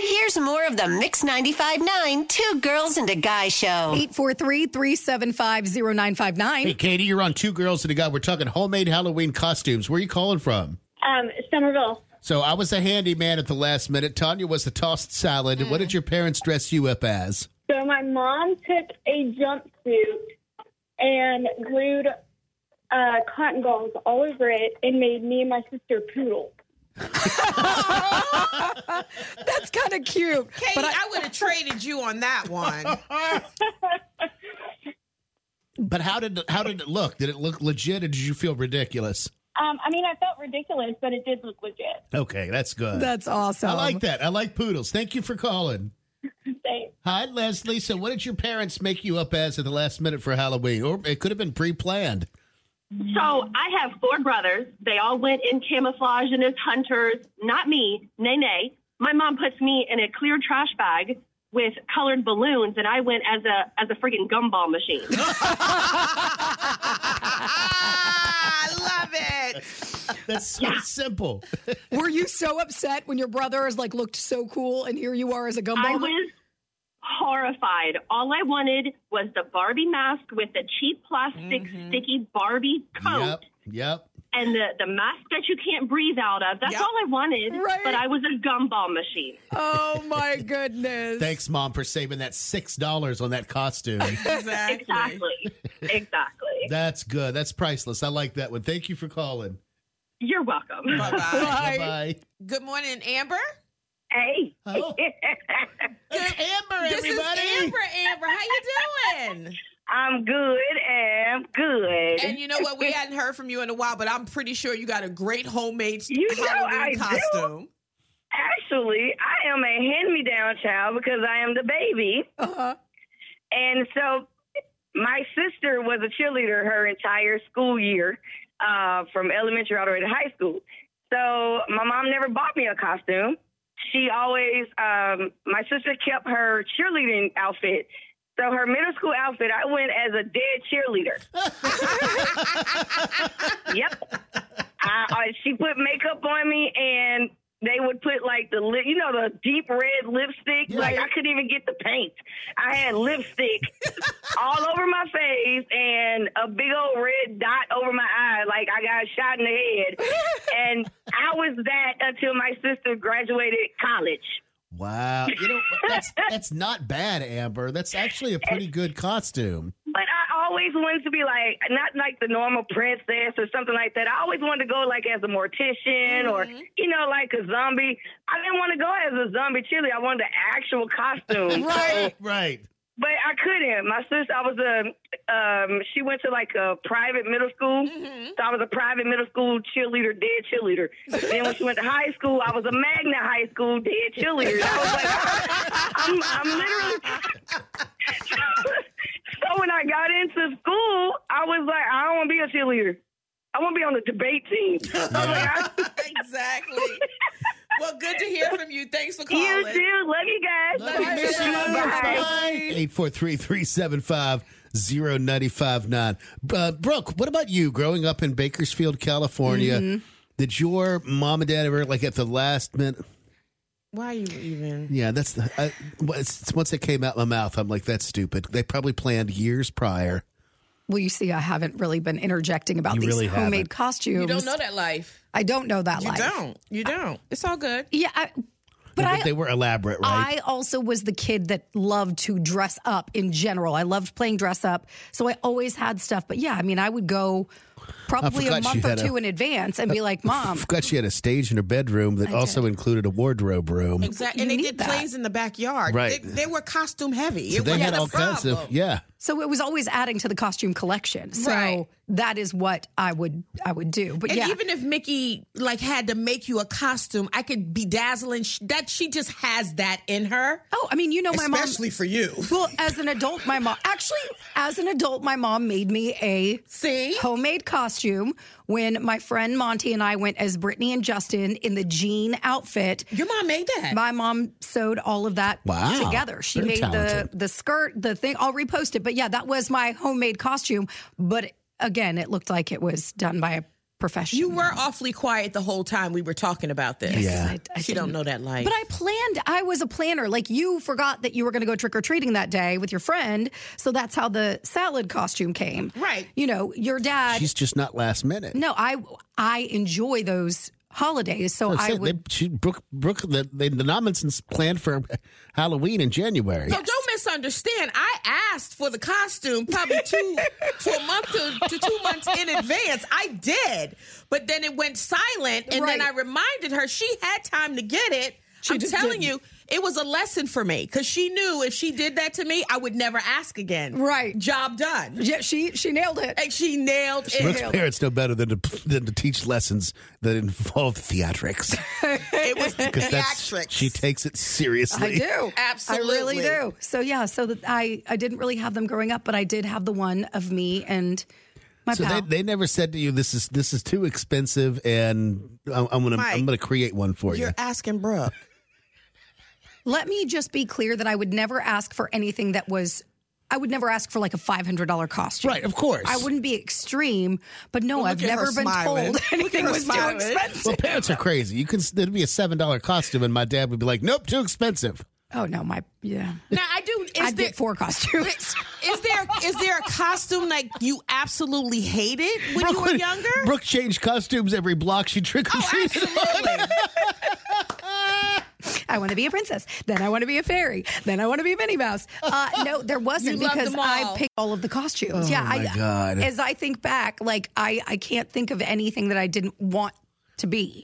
Here's more of the Mix 95.9 Two Girls and a Guy Show. 843 375 0959. Hey, Katie, you're on Two Girls and a Guy. We're talking homemade Halloween costumes. Where are you calling from? Um, Somerville. So I was a handyman at the last minute. Tanya was the tossed salad. What did your parents dress you up as? So my mom took a jumpsuit and glued uh, cotton balls all over it and made me and my sister poodle. That's kind of cute. Katie, but I, I, would have traded you on that one. Ah, But how did how did it look? Did it look legit or did you feel ridiculous? Um, I mean, I felt ridiculous, but it did look legit. Okay, that's good. that's um, awesome. I like that. I like poodles. Thank you for calling. Thanks. Hi, Leslie. So, what did your parents make you up as at the last minute for Halloween? Or it could have been pre planned. So I have four brothers. They all went in camouflage and as hunters. Not me, nay, nay. My mom puts me in a clear trash bag with colored balloons, and I went as a as a freaking gumball machine. ah, I love it. That's so simple. Were you so upset when your brothers like looked so cool and here you are as a gumball? I was horrified. All I wanted was the Barbie mask with the cheap plastic sticky Barbie coat. Yep. Yep. And the, the mask that you can't breathe out of. That's Yep. all I wanted. Right. But I was a gumball machine. oh my goodness. Thanks, Mom, for saving that $6 on that costume. Exactly. Exactly. exactly. That's good. That's priceless. I like that one. Thank you for calling. You're welcome. Bye-bye. Bye. Bye. Good morning, Amber. Hey. Oh, it's Amber, This everybody. is Amber. Amber, how you doing? I'm good. I'm good. And you know what? We hadn't heard from you in a while, but I'm pretty sure you got a great homemade You know I Halloween do. costume. Actually, I am a hand-me-down child because I am the baby, Uh-huh. and so my sister was a cheerleader her entire school year, uh, from elementary all the way to high school. So my mom never bought me a costume. She always, um, my sister kept her cheerleading outfit. So her middle school outfit, I went as a dead cheerleader. yep. I, I, she put makeup on me, and they would put like the lip, you know, the deep red lipstick. Yeah. Like I couldn't even get the paint. I had lipstick all over my face and a big old red dot over my eye, like I got shot in the head. and I was that until my sister graduated college. Wow. You know, that's that's not bad, Amber. That's actually a pretty good costume. But I always wanted to be like not like the normal princess or something like that. I always wanted to go like as a mortician or you know like a zombie. I didn't want to go as a zombie chili. I wanted the actual costume. Right. Right. But I couldn't. My sister, I was a, um, she went to like a private middle school. Mm-hmm. So I was a private middle school cheerleader, dead cheerleader. then when she went to high school, I was a magna high school dead cheerleader. So I was like, I'm, I'm literally. so when I got into school, I was like, I don't want to be a cheerleader. I want to be on the debate team. Yeah. exactly. Well, good to hear from you. Thanks for calling. You too. Love you guys. Love you, Bye. miss you. Bye. Bye. 843-375-0959. Uh, Brooke, what about you growing up in Bakersfield, California? Did your mom and dad ever like at the last minute? Why are you even? Yeah, that's the, I, once once it came out my mouth, I'm like, that's stupid. They probably planned years prior. Well, you see, I haven't really been interjecting about You these really homemade haven't. costumes. You don't know that life. I don't know that You life. don't. You don't. It's all good. Yeah, I, but Yeah, I, they were elaborate, right? I also was the kid that loved to dress up in general. I loved playing dress up, so I always had stuff. But yeah, I mean, I would go probably forgot a she month or had a- two in advance and be like, "Mom, forgot she had a stage in her bedroom that also included a wardrobe room. Exactly. And You they need did that. plays in the backyard. Right. They, they were costume heavy. So it they was had a all kinds of problem. yeah. So it was always adding to the costume collection. So Right. that is what I would I would do. But And yeah, even if Mickey like had to make you a costume, I could be dazzling. Sh- That she just has that in her, oh, I mean, you know, my mom. especially for you. Well, as an adult, my mom actually, as an adult, my mom made me a See, homemade costume when my friend Monty and I went as Brittany and Justin in the jean outfit. your mom made that. My mom sewed all of that Wow. together. She Very made talented. the the skirt, the thing. I'll repost it. But yeah, that was my homemade costume. But again, it looked like it was done by a profession. You were awfully quiet the whole time we were talking about this. Yeah. I- I she don't didn't- know that life. But I planned. I was a planner. Like you forgot that you were going to go trick or treating that day with your friend, so that's how the salad costume came. Right. You know, your dad. She's just not last minute. no, I I enjoy those holidays, so That's I it. would. They, she, Brooke, Brooke, the, the, the Robinsons planned for Halloween in January. So don't misunderstand. I asked for the costume probably two to a month to, to two months in advance. I did, but then it went silent, and Right. then I reminded her she had time to get it. I'm just telling didn't. you, it was a lesson for me because she knew if she did that to me, I would never ask again. Right. Job done. yeah, she she nailed it. And she nailed Brooke's it. parents know better than to, than to teach lessons that involve theatrics It was because that's theatrics. she takes it seriously. I do. I really Absolutely. do. So yeah, so that I I didn't really have them growing up, but I did have the one of me and my So they, pal. they never said to you this is this is too expensive and I'm, I'm gonna I'm Mike, gonna create one for you. You're asking Brooke. Let me just be clear that I would never ask for anything that was. I would never ask for like a five hundred dollar costume. Right, of course. I wouldn't be extreme, but no, I've at her never been smiling. told Look at anything her was smiling. too expensive. Well, parents are crazy. You can there'd be a seven dollar costume, and my dad would be like, "Nope, too expensive." Oh no, my yeah, Now I do. Is I'd there, get four costumes. Is there is there a costume like you absolutely hated when you were Brooke- younger? Oh, Brooke changed costumes every block she trick or treated. Absolutely. I want to be a princess. Then I want to be a fairy. Then I want to be a Minnie Mouse. Uh, no, there wasn't You loved because them I all. picked all of the costumes. yeah, Oh my I, God. as I think back, like I, I can't think of anything that I didn't want to be.